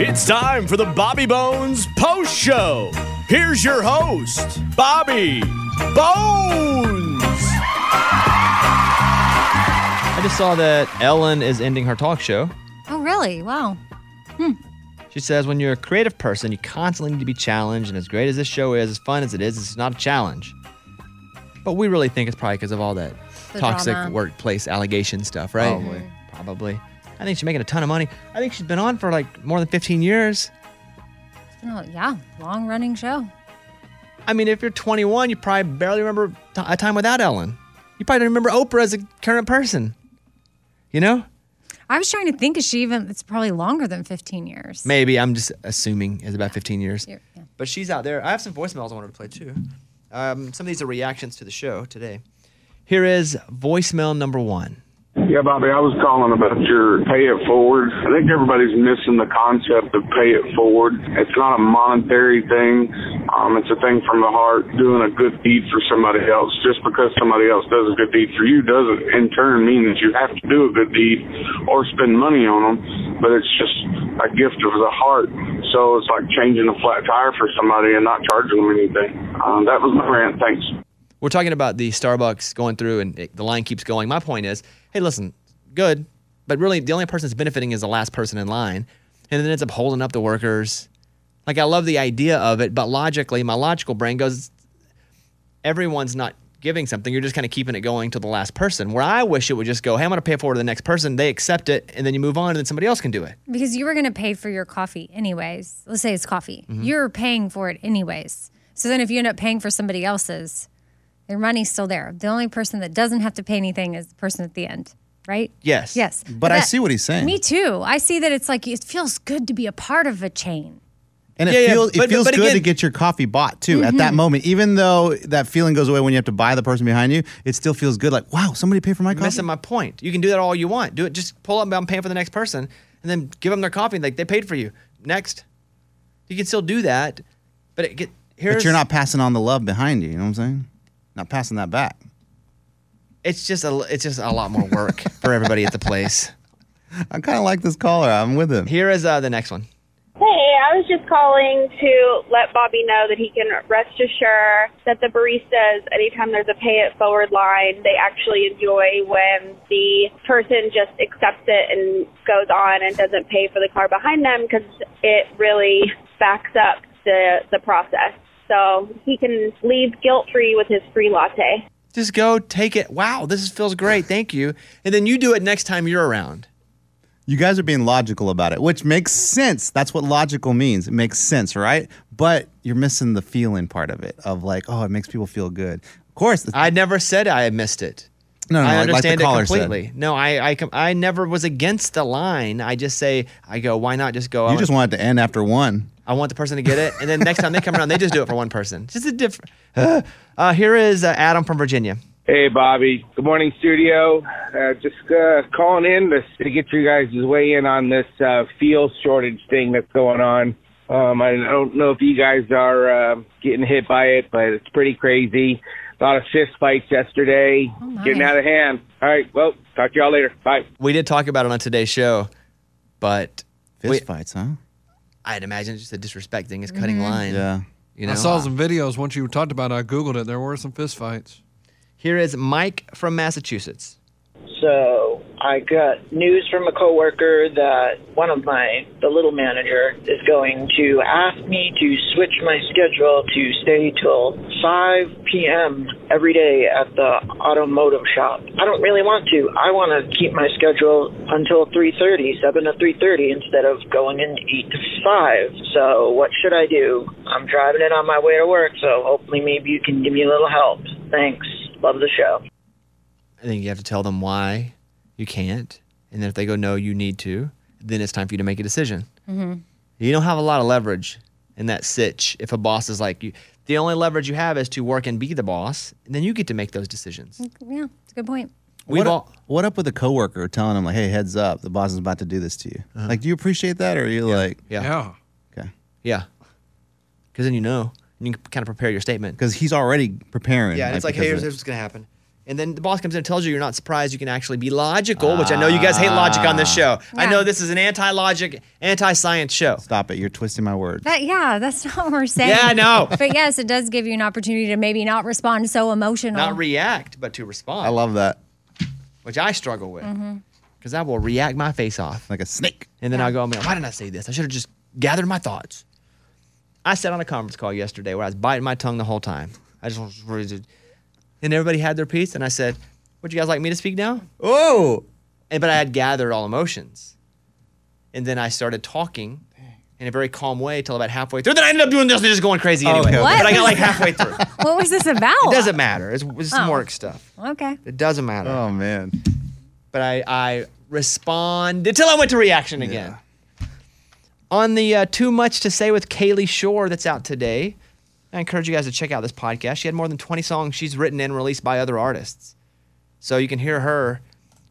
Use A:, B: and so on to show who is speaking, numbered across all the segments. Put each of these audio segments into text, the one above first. A: It's time for the Bobby Bones Post Show. Here's your host, Bobby Bones.
B: I just saw that Ellen is ending her talk show.
C: Oh, really? Wow.
B: She says, when you're a creative person, you constantly need to be challenged. And as great as this show is, as fun as it is, it's not a challenge. But we really think it's probably because of all that
C: The
B: toxic
C: drama.
B: workplace allegation stuff, right? Probably. Probably. I think she's making a ton of money. I think she's been on for like more than 15 years.
C: It's been a- yeah, long running show.
B: I mean, if you're 21, you probably barely remember t- a time without Ellen. You probably don't remember Oprah as a current person. You know?
C: I was trying to think, is she even, it's probably longer than 15 years.
B: Maybe. I'm just assuming it's about 15 years.
C: You're- yeah.
B: But she's out there. I have some voicemails I wanted to play too. Um, some of these are reactions to the show today. Here is voicemail number one.
D: Yeah, Bobby, I was calling about your pay it forward. I think everybody's missing the concept of pay it forward. It's not a monetary thing. Um, it's a thing from the heart, doing a good deed for somebody else. Just because somebody else does a good deed for you doesn't in turn mean that you have to do a good deed or spend money on them, but it's just a gift of the heart. So it's like changing a flat tire for somebody and not charging them anything. Um, that was my rant. Thanks.
B: We're talking about the Starbucks going through and it, the line keeps going. My point is hey, listen, good, but really the only person that's benefiting is the last person in line. And it ends up holding up the workers. Like, I love the idea of it, but logically, my logical brain goes, everyone's not giving something. You're just kind of keeping it going to the last person. Where I wish it would just go, hey, I'm going to pay it forward to the next person. They accept it, and then you move on, and then somebody else can do it.
C: Because you were going to pay for your coffee anyways. Let's say it's coffee.
E: Mm-hmm.
C: You're paying for it anyways. So then if you end up paying for somebody else's, their money's still there. The only person that doesn't have to pay anything is the person at the end, right?
B: Yes.
C: Yes.
E: But I
C: that-
E: see what he's saying.
C: Me too. I see that it's like, it feels good to be a part of a chain.
E: And it
B: Yeah, yeah,
E: feels it
B: but-
E: feels
B: but
E: good to
B: again- Mm-hmm.
E: get your coffee bought too at that moment. Even though that feeling goes away when you have to buy the person behind you, it still feels good. Like wow, somebody paid for my coffee.
B: missing my point. You can do that all you want. Do it. Just pull up. I'm paying for the next person, and then give them their coffee. Like they paid for you. Next, you can still do that, but it get here's
E: but you're not passing on the love behind you. You know what I'm saying? Not passing that back.
B: It's just a it's just a lot more work for everybody at the place.
E: I kind of like this caller. I'm with him.
B: Here is uh, the next one.
F: Hey, I was just calling to let Bobby know that he can rest assured that the baristas, anytime there's a pay it forward line, they actually enjoy when the person just accepts it and goes on and doesn't pay for the car behind them because it really backs up the, the process. So he can leave guilt free with his free latte.
B: Just go take it. Wow, this is- feels great. Thank you. And then you do it next time you're around.
E: You guys are being logical about it, which makes sense. That's what logical means. It makes sense, right? But you're missing the feeling part of it. Of like, oh, it makes people feel good. Of course, it's-
B: I never said I had missed it.
E: no, no,
B: I
E: no,
B: understand
E: like the caller
B: it
E: said.
B: completely. No, I, I com- I never was against the line. I just say I go. Why not just go? I
E: You just want it to end after one.
B: I want the person to get it, and then next time they come around, they just do it for one person. Just a different. Uh, here is uh, Adam from Virginia.
G: Hey, Bobby. Good morning, studio. Uh, just uh, calling in to, to get you guys' weigh in on this uh, fuel shortage thing that's going on. Um, I don't know if you guys are uh, getting hit by it, but it's pretty crazy. A lot of fist fights yesterday,
C: Oh, my.
G: getting out of hand. All right, well, talk to y'all later. Bye.
B: We did talk about it on today's show, but
E: Fist
B: Wait.
E: fights, huh?
B: I'd imagine it's just a disrespecting is cutting line.
E: Yeah.
B: You know?
H: I saw some videos once you talked about it. I Googled it. There were some fistfights.
B: Here is Mike from Massachusetts.
I: So I got news from a coworker that one of my the little manager is going to ask me to switch my schedule to stay till 5 p.m. every day at the automotive shop. I don't really want to. I want to keep my schedule until 3:30, 7 to 3:30 instead of going in 8 to 5. So what should I do? I'm driving it on my way to work, so hopefully maybe you can give me a little help. Thanks. Love the show.
B: I think you have to tell them why you can't, and then if they go no, you need to. Then it's time for you to make a decision. You don't have a lot of leverage in that sitch if a boss is like you. The only leverage you have is to work and be the boss, and then you get to make those decisions.
C: Yeah, it's Mm. a good point.
B: We've
E: what,
B: all.
E: up, what up with a coworker telling him like, "Hey, heads up, the boss is about to do this to you."
B: Uh-huh.
E: Like, do you appreciate that, or are you like,
B: Yeah.
H: Yeah.
E: okay?
B: Yeah. Because then you know, and you can kind of prepare your statement.
E: Because he's already preparing.
B: Yeah, and it's like, hey,
E: because
B: here's,
E: of-
B: here's what's going to happen. And then the boss comes in and tells you you're not surprised. You can actually be logical, which I know you guys hate logic on this show. I
C: Yeah.
B: know this is an anti-logic, anti-science show.
E: Stop it. You're twisting my words.
C: That yeah, that's not what we're saying.
B: Yeah, I know.
C: But yes, it does give you an opportunity to maybe not respond so emotional.
B: Not react, but to respond.
E: I love that.
B: which I struggle with because I will react my face off,
E: Like a snake.
B: and then I go, "Man, why didn't I say this? I should have just gathered my thoughts." I sat on a conference call yesterday where I was biting my tongue the whole time. I just was- and everybody had their piece, and I said, "Would you guys like me to speak now?"
E: Oh,
B: And but I had gathered all emotions, and then I started talking. In a very calm way till about halfway through. Then I ended up doing this and just going crazy anyway.
E: Oh, okay.
B: But I got
C: What?
B: like halfway through. It
C: What was this about?
B: doesn't matter. It's, it's some
C: Oh.
B: work stuff.
C: Okay.
B: It doesn't matter.
E: oh man.
B: but I, I respond until I went to reaction again. On the uh, Too Much to Say with Kaylee Shore that's out today, I encourage you guys to check out this podcast. She had more than 20 songs she's written and released by other artists. So you can hear her.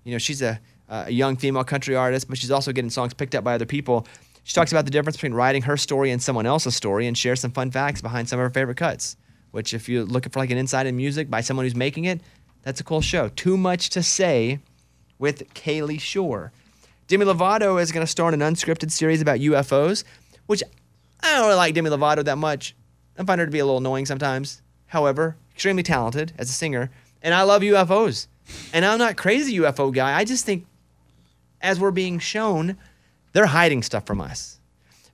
B: You know, she's a, a young female country artist, but she's also getting songs picked up by other people. She talks about the difference between writing her story and someone else's story and shares some fun facts behind some of her favorite cuts, which, if you're looking for like an insight in music by someone who's making it, that's a cool show. Too Much to Say with Kaylee Shore. Demi Lovato is going to start an unscripted series about UFOs, which I don't really like Demi Lovato that much. I find her to be a little annoying sometimes. However, extremely talented as a singer, and I love UFOs. And I'm not crazy UFO guy. I just think, as we're being shown, they're hiding stuff from us.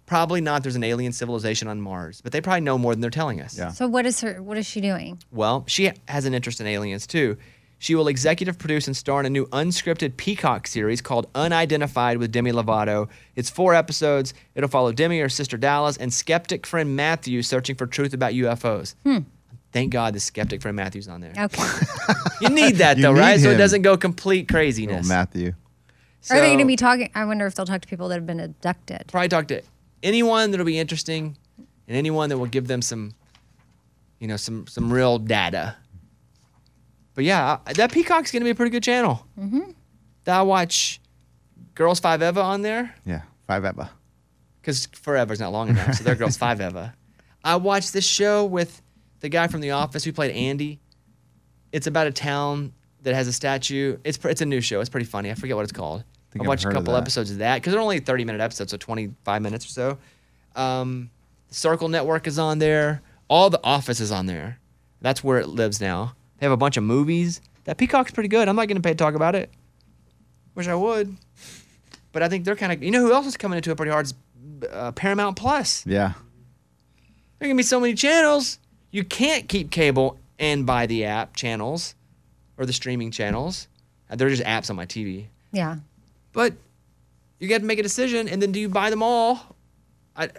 B: Probably not. There's an alien civilization on Mars, but they probably know more than they're telling us.
E: Yeah.
C: So what is her what is she doing?
B: Well, she has an interest in aliens too. She will executive produce and star in a new unscripted Peacock series called Unidentified with Demi Lovato. It's four episodes. It'll follow Demi, her sister Dallas, and skeptic friend Matthew searching for truth about UFOs.
C: Hmm.
B: Thank God the skeptic friend Matthew's on there.
C: Okay.
B: You need that
E: You
B: though,
E: need
B: right? So it
E: him.
B: doesn't go complete
E: Oh,
B: craziness.
E: Matthew.
C: Are they going to
B: So-
C: be talking? I wonder if they'll talk to people that have been abducted.
B: probably talk to anyone that'll be interesting and anyone that will give them some you know some some real data but yeah I- that peacock's gonna be a pretty good channel mm-hmm. i watch girls five eva on there
E: Yeah. Five Abba.
B: because forever's not long enough so they're girls five eva i watched this show with the guy from the office who played andy it's about a town that has a statue it's, pr- it's a new show it's pretty funny i forget what it's called i,
E: think I've
B: watched a
E: heard of
B: couple
E: that.
B: episodes of that because they're only 30 minute episodes so 25 minutes or so um, Circle Network is on there. All the Office is on there. That's where it lives now. They have a bunch of movies. That Peacock's pretty good. I'm not going to pay to talk about it. Wish I would, but I think they're kind of. You know who else is coming into it pretty hard? Is uh, Paramount Plus.
E: Yeah.
B: There are going to be so many channels. You can't keep cable and buy the app channels or the streaming channels. Uh, They're just apps on my TV.
C: Yeah.
B: But you got to make a decision, and then do you buy them all? I,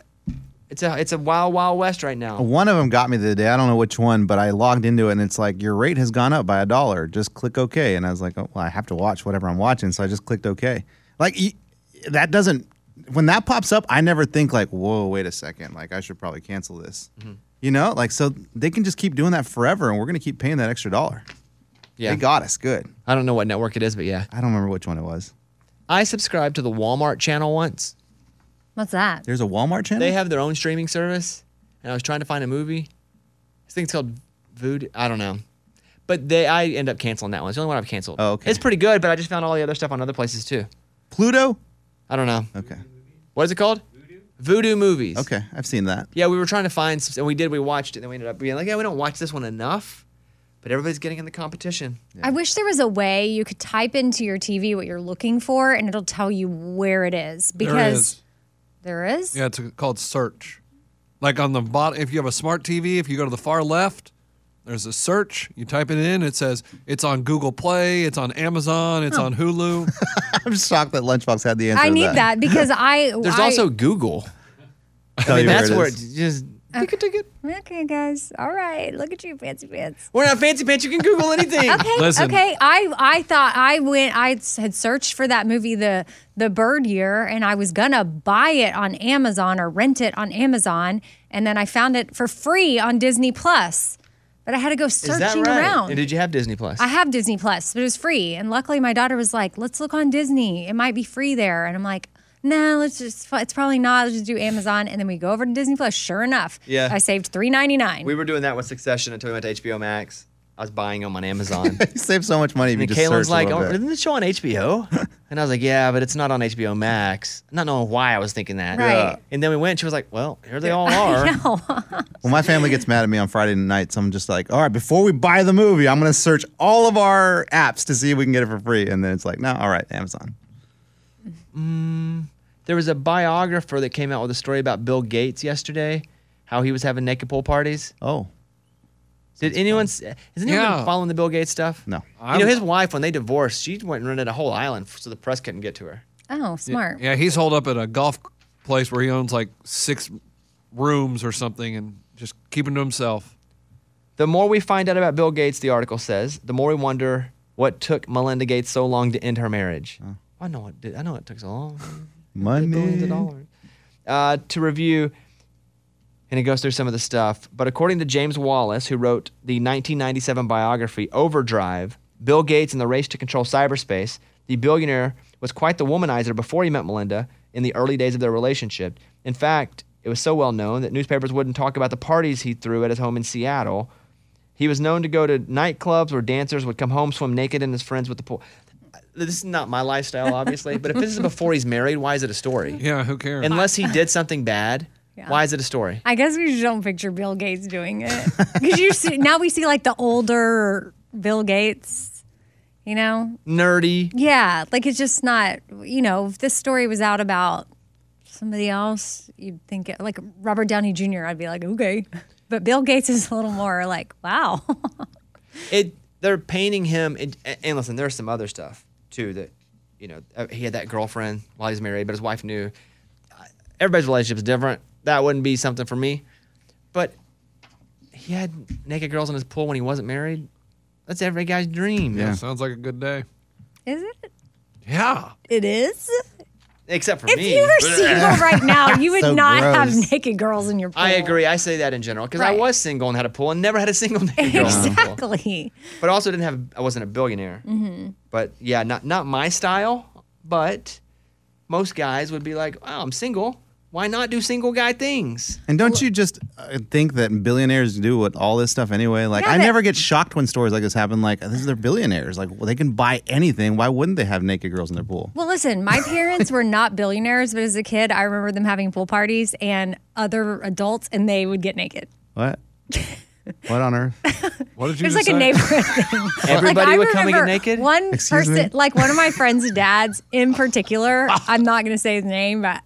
B: it's a it's a wild wild west right now.
E: One of them got me the other day. I don't know which one, but I logged into it and it's like your rate has gone up by a dollar. Just click OK. And I was like, oh, well, I have to watch whatever I'm watching, so I just clicked OK. Like y- that doesn't. When that pops up, I never think like, whoa, wait a second, like I should probably cancel this.
B: Mm-hmm.
E: You know, like so they can just keep doing that forever, and we're gonna keep paying that extra dollar.
B: Yeah.
E: They got us good.
B: I don't know what network it is, but yeah.
E: I don't remember which one it was.
B: I subscribed to the Walmart channel once.
C: What's that?
E: There's a Walmart channel.
B: They have their own streaming service, and I was trying to find a movie. This thing's called Voodoo. I don't know. But they, I end up canceling that one. It's the only one I've canceled.
E: Oh, okay.
B: It's pretty good, but I just found all the other stuff on other places too.
E: Pluto.
B: I don't know.
E: Okay.
B: What is it called? Voodoo, movies.
E: Okay, I've seen that.
B: Yeah, we were trying to find, some- and we did. We watched it, and we ended up being like, yeah, we don't watch this one enough. But everybody's getting in the competition.
C: I wish there was a way you could type into your TV what you're looking for and it'll tell you where it is because
H: there is.
C: There is?
H: Yeah, it's called search. Like on the bottom, if you have a smart TV, if you go to the far left, there's a search. You type it in, it says it's on Google Play, it's on Amazon, it's on Hulu.
E: I'm shocked that Lunchbox had the answer.
C: I
E: to
C: need that because I.
B: There's
C: I-
B: also Google.
E: Tell
B: I mean,
E: you
B: that's where
E: it
B: it,
E: is.
B: just.
C: Uh.
B: Ticket, ticket.
C: Okay, guys. All right. Look at you, fancy pants.
B: We're not fancy pants. You can Google anything.
C: Okay.
H: Listen.
C: Okay. I I thought I went. I had searched for that movie, the the Bird Year, and I was gonna buy it on Amazon or rent it on Amazon, and then I found it for free on Disney Plus. But I had to go
B: Is that
C: searching
B: right?
C: around.
B: And did you have Disney Plus?
C: I have Disney Plus, but it was free. And luckily, my daughter was like, "Let's look on Disney. It might be free there." And I'm like, "No, let's just. It's probably not. Let's just do Amazon." And then we go over to Disney Plus. Sure enough,
B: Yeah.
C: I saved three ninety nine.
B: were doing that with Succession until we went to HBO Max. I was buying them on Amazon.
E: You save so much money if you
B: And
E: just search
B: Caitlin's
E: a
B: like,
E: little
B: oh,
E: bit.
B: isn't this show on HBO? and I was like, yeah, but it's not on HBO Max. Not knowing why I was thinking that.
C: Right. Yeah.
B: And then we went, she was like, well, here they all are.
C: No.
E: Well, my family gets mad at me on Friday night, so I'm just like, all right, before we buy the movie, I'm going to search all of our apps to see if we can get it for free. And then it's like, no, all right, Amazon.
B: There was a biographer that came out with a story about Bill Gates yesterday, how he was having naked pool parties.
E: Oh,
B: Did anyone, s- has anyone been
H: Yeah.
B: following the Bill Gates stuff?
E: no.
B: You know,
H: I'm-
B: his wife, when they divorced, she went and rented a whole island f- so the press couldn't get to her.
C: Oh, smart.
H: Yeah, he's holed up at a golf place where he owns like six rooms or something and just keeping to himself.
B: The more we find out about Bill Gates, the article says, the more we wonder what took Melinda Gates so long to end her marriage. I know it did. I know it took so long. billions of
E: Money.
B: dollars. Uh, to review, and it goes through some of the stuff. But according to James Wallace, who wrote the 1997 biography Overdrive, Bill Gates and the Race to Control Cyberspace, the billionaire was quite the womanizer before he met Melinda in the early days of their relationship. In fact, it was so well known that newspapers wouldn't talk about the parties he threw at his home in Seattle. He was known to go to nightclubs where dancers would come home, swim naked, and his friends with the pool. This is not my lifestyle, obviously, but if this is before he's married, why is it a story?
H: Yeah, who cares?
B: Unless he did something bad, why is it a story?
C: I guess we just don't picture Bill Gates doing it because you see now we see like the older Bill Gates, you know?
B: Nerdy.
C: Yeah, like it's just not. You know, if this story was out about somebody else, you'd think it, like Robert Downey Jr. I'd be like, okay, but Bill Gates is a little more like, wow,
B: It. They're painting him. And, and listen, there's some other stuff too that, you know, uh, he had that girlfriend while he's married, but his wife knew. I- Everybody's relationship is different. That wouldn't be something for me. But he had naked girls in his pool when he wasn't married. That's every guy's dream.
H: yeah, sounds like a good day.
C: is it?
H: Yeah.
C: It is.
B: Except for
C: If
B: me.
C: you were single right now, you would
E: So
C: not
E: gross.
C: have naked girls in your pool.
B: I agree. I say that in general because I
C: Right.
B: was single and had a pool and never had a single naked girl. in my pool.
C: Exactly. Mm-hmm.
B: but also didn't have I wasn't a billionaire. But yeah, not not my style. But most guys would be like, "Oh, I'm single. Why not do single guy things?"
E: And don't you just uh, think that billionaires do what all this stuff anyway? Like,
C: Yeah,
E: I
C: but-
E: never get shocked when stories like this happen. Like, this is they're billionaires. Like, well, they can buy anything. Why wouldn't they have naked girls in their pool?
C: Well, listen, my parents were not billionaires, but as a kid, I remember them having pool parties and other adults, and they would get naked.
E: What? what on earth?
H: What did
C: It
H: you just
C: was like a
H: say?
C: neighborhood thing.
B: Everybody
C: like, I
B: would come and get
C: remember
B: naked?
C: One
E: Excuse
C: person,
E: me?
C: like one of my friend's dads in particular, I'm not going to say his name, but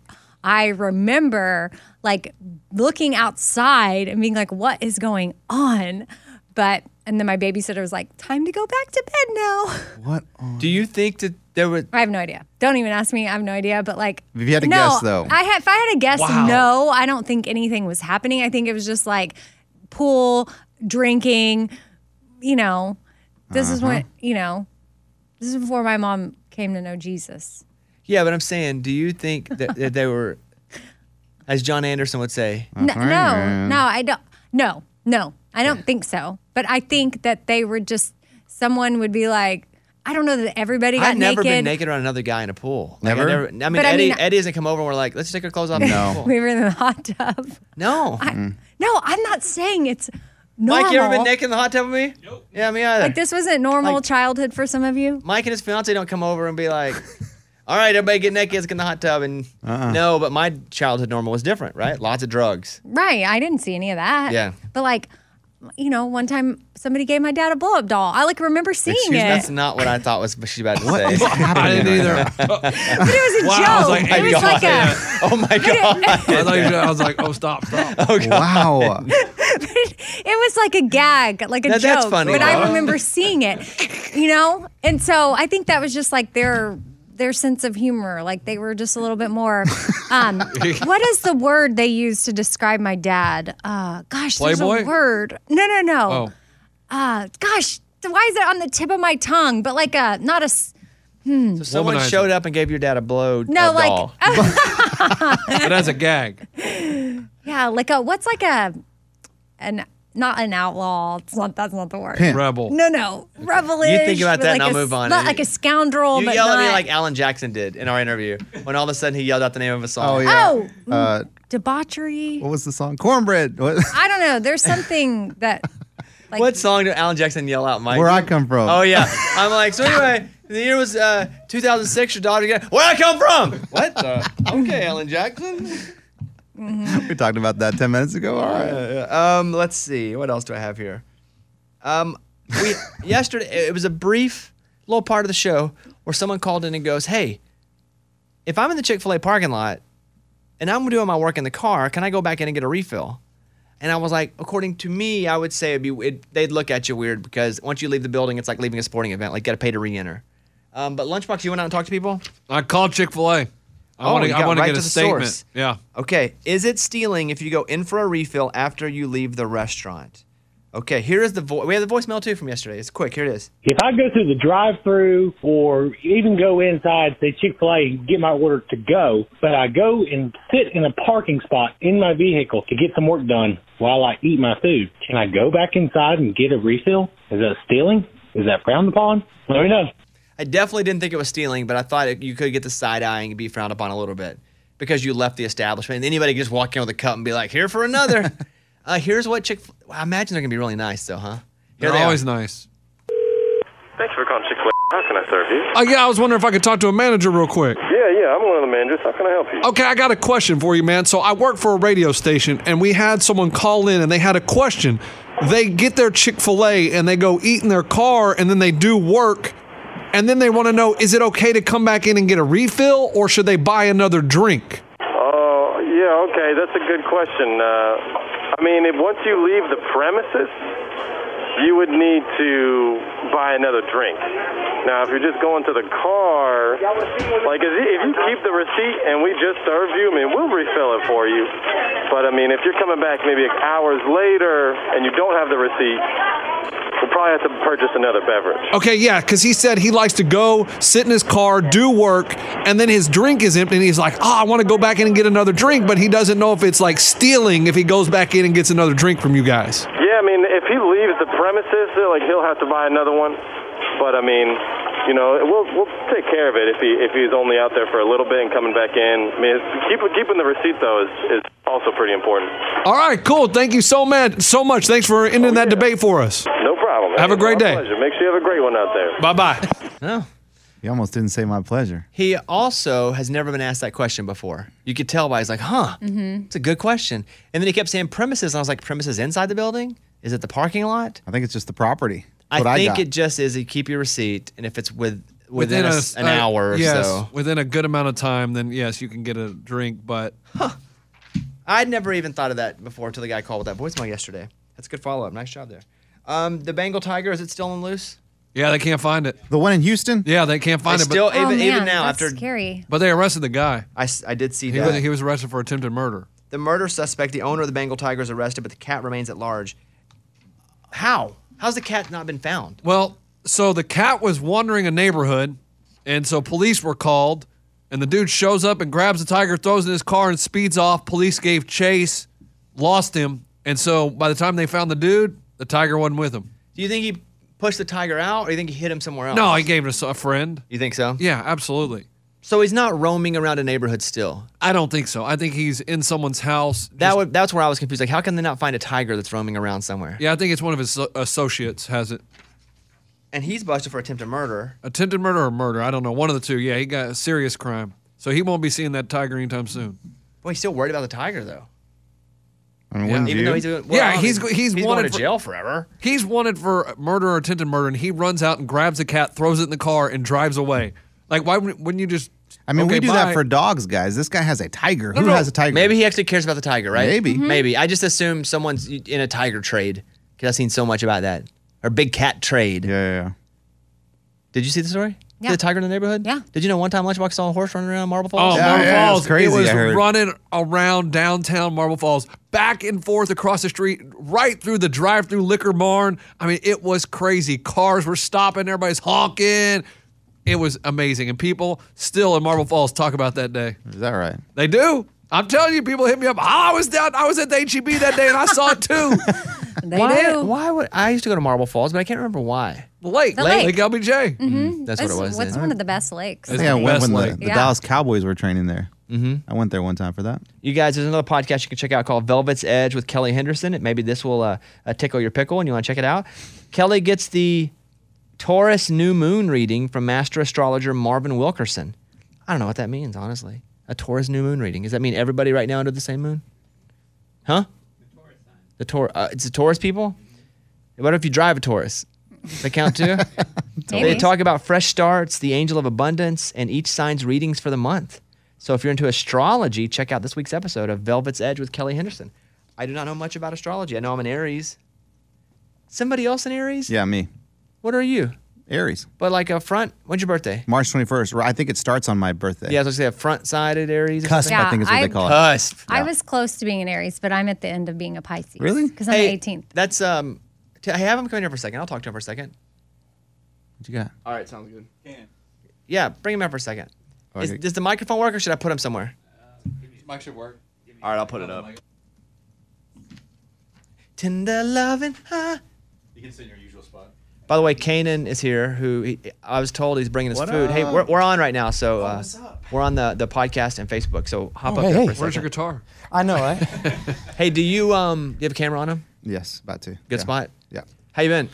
C: I remember like looking outside and being like, what is going on? But, and then my babysitter was like, time to go back to bed now.
E: What? On?
B: Do you think that there would?
C: I have no idea. Don't even ask me. I have no idea. But like,
E: If you had to
C: no,
E: guess, though.
C: I had. If I had to guess,
H: Wow.
C: no, I don't think anything was happening. I think it was just like pool drinking. You know, this is when
E: Uh-huh.
C: you know, this is before my mom came to know Jesus.
B: Yeah, but I'm saying, do you think that, that they were, as John Anderson would say,
C: N- no,
E: man.
C: no, I don't. No, no, I don't think so. But I think that they were just someone would be like, I don't know that everybody got
B: "I've never
C: naked.
B: been naked around another guy in a pool. Like, I
E: Never?
B: I, mean,
C: But I
B: Eddie,
C: mean-
B: Eddie doesn't come over. and We're like, let's take our clothes off.
E: No.
B: No,
C: We were in the hot tub.
B: no.
E: Mm-hmm.
C: No, I'm not saying it's normal.
B: Mike, you ever been naked in the hot tub with me? Nope. Yeah, me either.
C: Like this wasn't normal
B: Like-
C: childhood for some of you.
B: Mike and his fiance don't come over and be like, "All right, everybody get naked, let's get in the hot tub." And
E: Uh-uh.
B: no, but my childhood normal was different, right? Lots of drugs.
C: Right. I didn't see any of that.
B: Yeah.
C: But like, you know, one time somebody gave my dad a blow up doll. I like remember seeing
E: Excuse-
C: it.
B: That's not what I thought was what she's about to say.
H: I didn't either.
C: but it was a
H: Wow,
C: joke.
H: I was like,
C: it
H: hey,
C: was like a
B: oh my god!
H: I, thought you said- I was like, oh, stop, stop.
E: Wow.
C: it was like a gag, like a
B: That-
C: joke.
B: that's funny,
C: But
B: though.
C: I remember seeing it, you know? And so I think that was just like their their sense of humor. Like they were just a little bit more um what is the word they use to describe my dad? Uh gosh, there's
H: Playboy?
C: a word. No, no, no.
H: Oh,
C: Uh gosh, why is it on the tip of my tongue? But like a not a s-
B: So someone
H: Womanizer.
B: showed up and gave your dad a blow. a
C: no like
B: doll.
C: oh,
H: but as a gag.
C: yeah, like a what's like a an not an outlaw. It's not that's not the word.
H: Rebel.
C: No, no, rebelish.
B: You think about
C: but
B: that
C: like
B: and I'll
C: a,
B: move on.
C: Not like a scoundrel,
B: you
C: but
B: yelled
C: not,
B: at me like Alan Jackson did in our interview when all of a sudden he yelled out the name of a song.
E: Oh, yeah.
C: oh,
E: Uh,
C: debauchery.
E: what was the song? Cornbread. What?
C: I don't know. There's something that Like,
B: what song did Alan Jackson yell out, Mike?
E: Where I come from.
B: Oh yeah, I'm like. So anyway, the year was uh, 2006. Your daughter got where I come from. What? the- okay, Alan Jackson.
E: we talked about that ten minutes ago. All right.
B: Um, let's see. What else do I have here? Um, we yesterday it was a brief little part of the show where someone called in and goes, "Hey, if I'm in the Chick Fil A parking lot and I'm doing my work in the car, can I go back in and get a refill?" And I was like, according to me, I would say it'd be it, they'd look at you weird because once you leave the building, it's like leaving a sporting event. Like you got to pay to re-enter. Um, but lunchbox, you went out and talked to people.
H: I called Chick Fil A. I
B: Oh,
H: want
B: you
H: to.
B: got
H: I want
B: right
H: to get
B: to
H: a
B: the
H: statement.
B: source.
H: Yeah.
B: Okay, is it stealing if you go in for a refill after you leave the restaurant? Okay, here is the vo- we have the voicemail too from yesterday. It's quick. Here it is.
G: If I go through the drive-through or even go inside, say Chick-fil-A, and get my order to go, but I go and sit in a parking spot in my vehicle to get some work done while I eat my food, can I go back inside and get a refill? Is that stealing? Is that frowned upon? Let me know.
B: I definitely didn't think it was stealing, but I thought it, you could get the side eye and be frowned upon a little bit because you left the establishment. And anybody could just walk in with a cup and be like, "Here for another." uh, here's what Chick. I imagine they're gonna be really nice though, huh? Here
H: They're
B: they are.
H: always nice.
J: Thanks for calling Chick-fil-A. How can I serve you?
H: Oh yeah, I was wondering if I could talk to a manager real quick.
J: Yeah, yeah, I'm one of the managers. How can I help you?
H: Okay, I got a question for you, man. So I work for a radio station, and we had someone call in, and they had a question. They get their Chick Fil A, and they go eat in their car, and then they do work, and then they want to know: Is it okay to come back in and get a refill, or should they buy another drink?
J: Oh, yeah, okay, that's a good question. Uh, I mean, if once you leave the premises, you would need to buy another drink. Now, if you're just going to the car, like is it- if you keep the receipt and we just serve you, I mean, we'll refill it for you. But I mean, if you're coming back maybe hours later and you don't have the receipt, we'll probably have to purchase another beverage.
H: Okay, yeah, because he said he likes to go sit in his car, do work, and then his drink is empty, and he's like, "Oh, I want to go back in and get another drink," but he doesn't know if it's like stealing if he goes back in and gets another drink from you guys.
J: Yeah, I mean, if he leaves the premises, uh, like he'll have to buy another one. But I mean, you know, we'll we'll take care of it if he if he's only out there for a little bit and coming back in. I mean, it's, keep, keeping the receipt though is, is also pretty important.
H: All right, cool. Thank you so much. So much. Thanks for ending that debate for us.
J: No problem.
H: Have a
J: It's
H: great
J: our
H: day.
J: Pleasure. Make sure you have a great one out there.
H: Bye bye.
B: Oh.
E: You almost didn't say my pleasure.
B: He also has never been asked that question before. You could tell by he's like, huh,
H: Mm-hmm.
B: it's a good question. And then he kept saying premises. And I was like, premises inside the building? Is it the parking lot?
E: I think it's just the property. That's what
B: I think
E: got.
B: it just is you keep your receipt. And if it's with within, a s an
H: uh,
B: hour or
H: yes,
B: so,
H: Within a good amount of time, then yes, you can get a drink. But
B: I'd never even thought of that before until the guy called with that voicemail yesterday. That's a good follow up. Nice job there. Um, the Bengal Tiger, is it still on loose?
H: yeah, they can't find it.
E: the one in Houston.
H: Yeah, they can't find
B: It's
H: it. but-
B: still,
C: oh,
B: even,
C: man,
B: even now,
C: that's
B: after
C: scary.
H: but, they arrested the guy.
B: I, s- I did see
H: He,
B: that.
H: was, he was arrested for attempted murder.
B: The murder suspect, the owner of the Bengal tiger, is arrested, but the cat remains at large. How? How's the cat not been found?
H: Well, so the cat was wandering a neighborhood, and so police were called. And the dude shows up and grabs the tiger, throws it in his car, and speeds off. Police gave chase, lost him, and so by the time they found the dude, the tiger wasn't with him.
B: Do you think he pushed the tiger out, or you think he hit him somewhere else?
H: No, he gave it to a friend.
B: You think so?
H: Yeah, absolutely.
B: So he's not roaming around a neighborhood still.
H: I don't think so. I think he's in someone's house.
B: That would, that's where I was confused. Like, how can they not find a tiger that's roaming around somewhere?
H: Yeah, I think it's one of his so- associates has it.
B: And he's busted for attempted murder.
H: Attempted murder or murder, I don't know. One of the two. Yeah, he got a serious crime. So he won't be seeing that tiger anytime soon.
B: Boy, he's still worried about the tiger though.
E: I mean, wouldn't
B: Even
E: you?
B: though he's doing, well,
H: Yeah,
B: I mean,
H: he's- he's
B: going to
H: wanted for-
B: jail forever.
H: He's wanted for murder or attempted murder, and he runs out and grabs a cat, throws it in the car, and drives away. Like, why wouldn't wouldn't you just.
E: I mean,
H: okay,
E: we do that
H: bye.
E: for dogs, guys. This guy has a tiger. Who
H: no.
E: has a tiger?
B: Maybe he actually cares about the tiger, right?
E: Maybe.
H: Mm-hmm.
E: Mhm.
B: Maybe. I just assume someone's in a tiger trade because I've seen so much about that. Or big cat trade.
E: Yeah, yeah, yeah.
B: Did you see the story?
C: Yeah.
B: The tiger in the neighborhood?
C: Yeah.
B: Did you know one time Lunchbox saw a horse running around Marble
H: Oh,
B: Falls?
E: Yeah,
H: Marble
E: yeah, it was
H: Falls.
E: crazy, I heard.
H: running around downtown Marble Falls, back and forth across the street, right through the drive through liquor barn. I mean, it was crazy. Cars were stopping, everybody's honking. It was amazing. And people still in Marble Falls talk about that day.
E: Is that right?
H: They do. I'm telling you, people hit me up. "Oh, I was down, I was at the HEB that day and I saw it too.
C: They
B: Why,
C: do.
B: why would I used to go to Marble Falls, but I can't remember why.
H: The lake.
C: The lake.
H: Lake LBJ.
B: That's what it was.
H: Hmm.
C: What's
B: then.
C: one of the best lakes?
E: I think I went
H: West
E: when the,
H: Lake.
E: the
C: Yeah.
E: Dallas Cowboys were training there.
B: Mm-hmm.
E: I went there one time for that.
B: You guys, there's another podcast you can check out called Velvet's Edge with Kelly Henderson. It- Maybe this will uh, uh, tickle your pickle and you want to check it out. Kelly gets the Taurus new moon reading from master astrologer Marvin Wilkerson. I don't know what that means, honestly. A Taurus new moon reading. Does that mean everybody right now under the same moon? Huh? The Taurus. Uh, it's the Taurus people? What if you drive a Taurus? Does that count too?
C: Maybe.
B: They talk about fresh starts, the angel of abundance, and each sign's readings for the month. So if you're into astrology, check out this week's episode of Velvet's Edge with Kelly Henderson. I do not know much about astrology. I know I'm an Aries. Somebody else in Aries?
E: Yeah, me.
B: What are you?
E: Aries.
B: But like a front. When's your birthday?
E: March 21st. Right, I think it starts on my birthday.
B: Yeah, I was gonna say a front sided Aries. or
E: Cusp,
B: something.
E: I think is what
C: Yeah,
E: they
C: I-
E: call it.
B: Cusp.
C: I was close to being an Aries, but I'm at the end of being a Pisces.
E: Really?
C: Because I'm
B: Hey,
C: the 18th.
B: That's um. T- hey, have him come in here for a second. I'll talk to him for a second.
E: What you got?
B: All right, sounds good. Yeah, bring him out for a second. Is,
E: Okay.
B: does the microphone work, or should I put him somewhere?
J: Mike should work.
B: All right, I'll put it up. Tender loving. huh?
J: You can sit in your usual spot.
B: By the way, Kanan is here. Who he, I was told he's bringing us
J: What
B: food. Hey,
J: up?
B: we're, we're on right now, so uh,
J: Oh, what's up?
B: we're on the, the podcast and Facebook. So hop
J: Oh,
B: up
J: hey,
B: there
J: hey.
B: for a second.
J: Where's your
H: guitar?
J: I know, right?
B: Hey, do you um do you have a camera on him?
E: Yes, about to.
B: Good
E: Yeah.
B: spot.
E: Yeah.
B: How you been?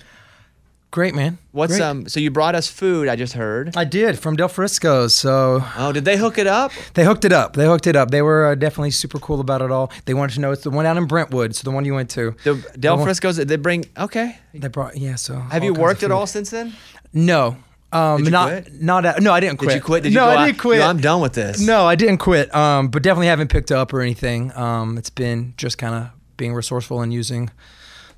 J: Great, man.
B: What's
J: Great.
B: um? So you brought us food. I just heard.
J: I did from Del Frisco's. So
B: oh, did they hook it up?
J: They hooked it up. They hooked it up. They were uh, definitely super cool about it all. They wanted to know it's the one out in Brentwood, so the one you went to.
B: The Del
J: one-
B: Frisco's. They bring. Okay.
J: They brought. Yeah. So
B: Have you
J: kinds of
B: worked at
J: food.
B: all since then?
J: No. Um,
B: Did you
J: not
B: quit?
J: not at, no, I didn't
B: Did
J: quit.
B: you quit? Did you
J: no,
B: go out-
J: I didn't quit.
B: Yo, I'm done with this.
J: No, I didn't quit. Um, but definitely haven't picked up or anything. Um, it's been just kind of being resourceful and using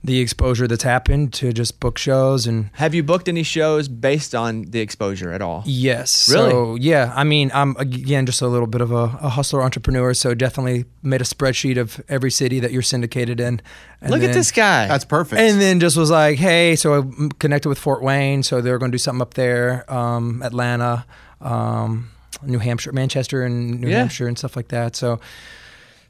J: the exposure that's happened to just book shows and
B: Have you booked any shows based on the exposure at all?
J: Yes.
B: Really?
J: So, yeah. I mean, I'm again just a little bit of a, a hustler entrepreneur, so definitely made a spreadsheet of every city that you're syndicated in. and
B: Look at
J: then-
B: this guy.
E: That's perfect.
J: And then just was like, hey, so I m- connected with Fort Wayne, so they're going to do something up there, um, Atlanta, um, New Hampshire, Manchester, and New
B: Yeah.
J: Hampshire, and stuff like that. So,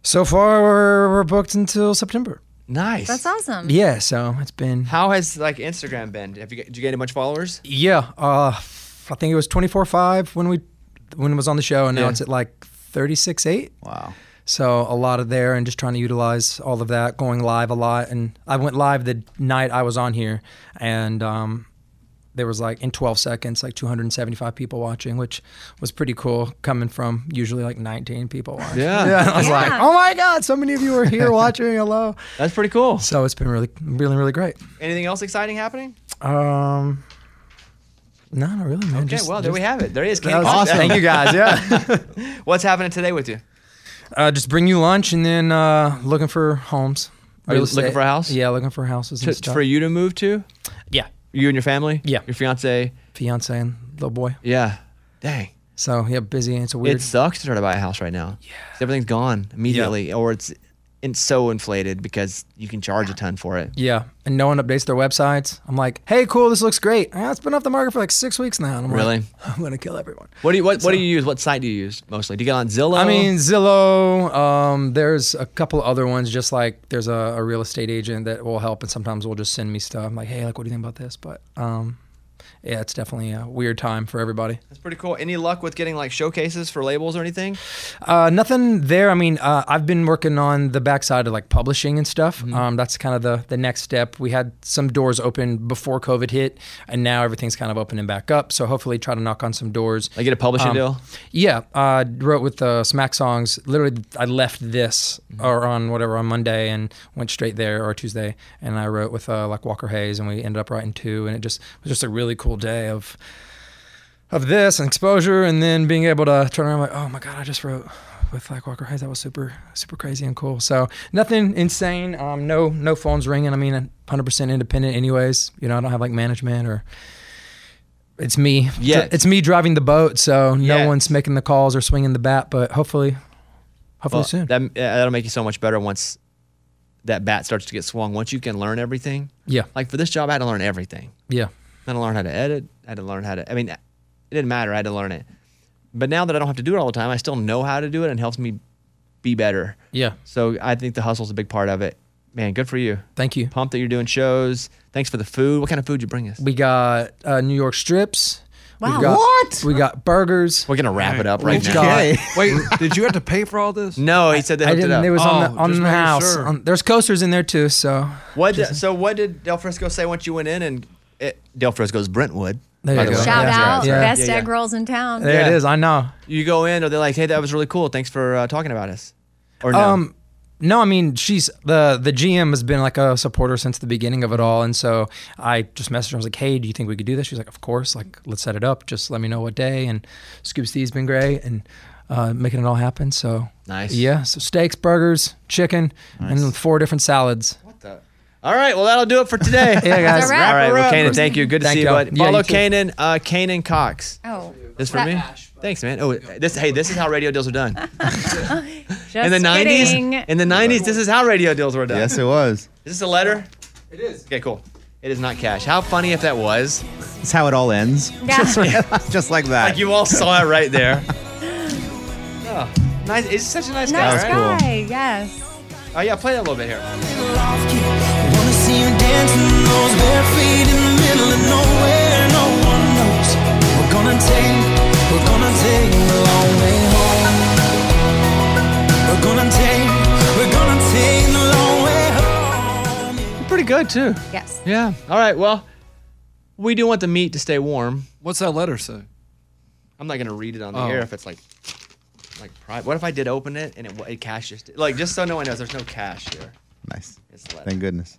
J: so far we're, we're booked until September.
B: nice.
C: That's awesome.
J: Yeah. So it's been
B: How has like Instagram been? Have you did you gain a bunch of followers?
J: Yeah, uh, I think it was twenty four five when we when it was on the show, and now
B: Yeah.
J: it's at like thirty six eight.
E: Wow.
J: So a lot of there, and just trying to utilize all of that, going live a lot. And I went live the night I was on here, and um, there was like in twelve seconds, like two hundred and seventy five people watching, which was pretty cool coming from usually like nineteen people watching.
B: Yeah.
J: and I was like,
C: Yeah.
J: oh my god, so many of you are here watching. Hello.
B: That's pretty cool.
J: So it's been really, really, really great.
B: Anything else exciting happening?
J: Um, no, not really, man.
B: Okay,
J: Just-
B: well there we
J: just-
B: have it. There he is.
J: That
B: Kenny
J: was-
B: Clark.
J: Thank you guys. Yeah.
B: What's happening today with you?
J: uh, just bring you lunch and then uh, looking for homes.
B: Are you
J: Real
B: looking
J: estate.
B: for a house?
J: Yeah, looking for houses and
B: To-
J: stuff.
B: for you to move to?
J: Yeah.
B: You and your family?
J: Yeah.
B: Your fiance?
J: Fiance and little boy.
B: Yeah. Dang.
J: So yeah, busy. and It's a weird.
B: It sucks to try to buy a house right now. Yeah. Everything's gone immediately, or it's it's so inflated because you can charge a ton for it.
J: yeah, and no one updates their websites. I'm like, hey, cool, this looks great. Ah, it's been off the market for like six weeks now. And I'm
B: Really?
J: Like, I'm gonna kill everyone.
B: What do you what, what do you use? What site do you use mostly? Do you get on Zillow?
J: I mean, Zillow. Um, there's a couple other ones, just like there's a, a real estate agent that will help, and sometimes will just send me stuff. I'm like, hey, like, what do you think about this? But um, yeah, it's definitely a weird time for everybody.
B: that's pretty cool. Any luck with getting like showcases for labels or anything?
J: Uh, nothing there. I mean, uh, I've been working on the backside of like publishing and stuff. Um, that's kind of the the next step. We had some doors open before COVID hit, and now everything's kind of opening back up. So hopefully, try to knock on some doors.
B: Like get a publishing
J: Um,
B: deal?
J: Yeah, I uh, wrote with uh, Smack Songs. Literally, I left this or on whatever on Monday and went straight there or Tuesday, and I wrote with uh, like Walker Hayes, and we ended up writing two, and it just it was just a really cool day of of this and exposure, and then being able to turn around like, oh my god, I just wrote with like Walker Hayes. That was super super crazy and cool. So nothing insane. Um, no no phones ringing. I mean, 100% independent, anyways. You know, I don't have like management or. It's me.
B: Yet.
J: It's me driving the boat, so no
B: Yet.
J: one's making the calls or swinging the bat, but hopefully, hopefully
B: Well,
J: soon.
B: That yeah, that'll make you so much better once that bat starts to get swung. Once you can learn everything,
J: yeah,
B: like for this job, I had to learn everything.
J: yeah,
B: I had to learn how to edit. I had to learn how to. I mean, it didn't matter. I had to learn it. But now that I don't have to do it all the time, I still know how to do it and it helps me be better.
J: yeah.
B: So I think the hustle's a big part of it. Man, good for you.
J: Thank you.
B: Pumped that you're doing shows. Thanks for the food. What kind of food you bring us?
J: We got uh, New York strips.
C: Wow.
J: got,
C: What?
J: We got burgers.
B: We're gonna wrap it up
J: right now.
H: Wait, did you have to pay for all this?
B: No, he said they
J: I
B: hooked it
J: didn't.
B: up.
J: It was on the,
H: Oh,
J: on
H: just
J: the
H: making
J: house.
H: sure.
J: On- there's coasters in there too. So
B: What? Did, so what did Del Frisco say once you went in? And it, Del Frisco's Brentwood.
J: There
B: by
J: you
B: the
J: go.
B: way.
C: Shout
J: Yeah,
C: out,
J: yeah, yeah.
C: best
B: Yeah, yeah.
C: egg rolls in town.
J: there it
B: Yeah.
J: is. I know.
B: You go in, or they're like, "Hey, that was really cool. Thanks for uh, talking about us." Or no?
J: Um, no, I mean she's the the GM has been like a supporter since the beginning of it all, and so I just messaged her. I was like, "Hey, do you think we could do this?" She's like, "Of course. Like, let's set it up. Just let me know what day." And Scoop Steve's been great and uh, making it all happen. So
B: Nice.
J: Yeah. So steaks, burgers, chicken, and four different salads.
B: All right, well that'll do it for today.
J: Yeah, guys. That's a wrap.
B: All right, well,
J: Wrap.
B: Kanan, thank you. Good to
J: Thank
B: see you,
J: y'all.
B: bud.
J: Yeah,
B: Follow
J: you too.
B: Kanan, uh, Kanan Cox.
C: Oh.
B: This for
C: That-
B: me. Thanks, man. Oh, this hey, this is how radio deals are done.
C: Just
B: In the nineties,
C: kidding.
B: in the nineties, this is how radio deals were done.
E: Yes, it was.
B: Is this a letter? It is. Okay, cool. It is not cash. How funny if that was.
E: That's how it all ends.
C: Yeah.
E: Just, just like that.
B: Like you all saw it right there. Oh, nice. He's such a nice guy.
C: nice
B: right?
C: guy. Yes.
B: Oh yeah, play that a little bit here.
K: Wanna see you dancing those bare feet in the middle of nowhere. No one knows. We're gonna take, we're gonna take the long way home. We're gonna take, we're gonna take the long way home.
B: Pretty good too.
C: Yes.
B: Yeah. All right. Well, we do want the meat to stay warm.
H: What's that letter say?
B: I'm not gonna read it on the
H: Oh.
B: air if it's like, like pri What if I did open it and it, it cash just like just so no one knows there's no cash here.
E: nice.
B: It's a letter.
E: Thank goodness.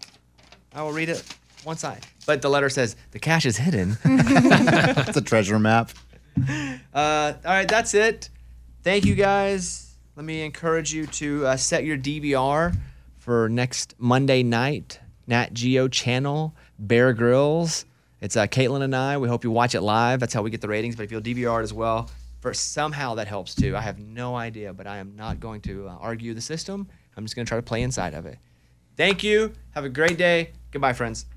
B: I will read it once I. But the letter says the cash is hidden.
E: That's a treasure map.
B: Uh, all right, that's it. Thank you guys. Let me encourage you to uh, set your DVR for next Monday night, Nat Geo channel, Bear Grylls. It's uh, Caitlin and I. We hope you watch it live. That's how we get the ratings. But if you'll DVR it as well, for somehow that helps too. I have no idea, but I am not going to uh, argue the system. I'm just going to try to play inside of it. Thank you. Have a great day. Goodbye, friends.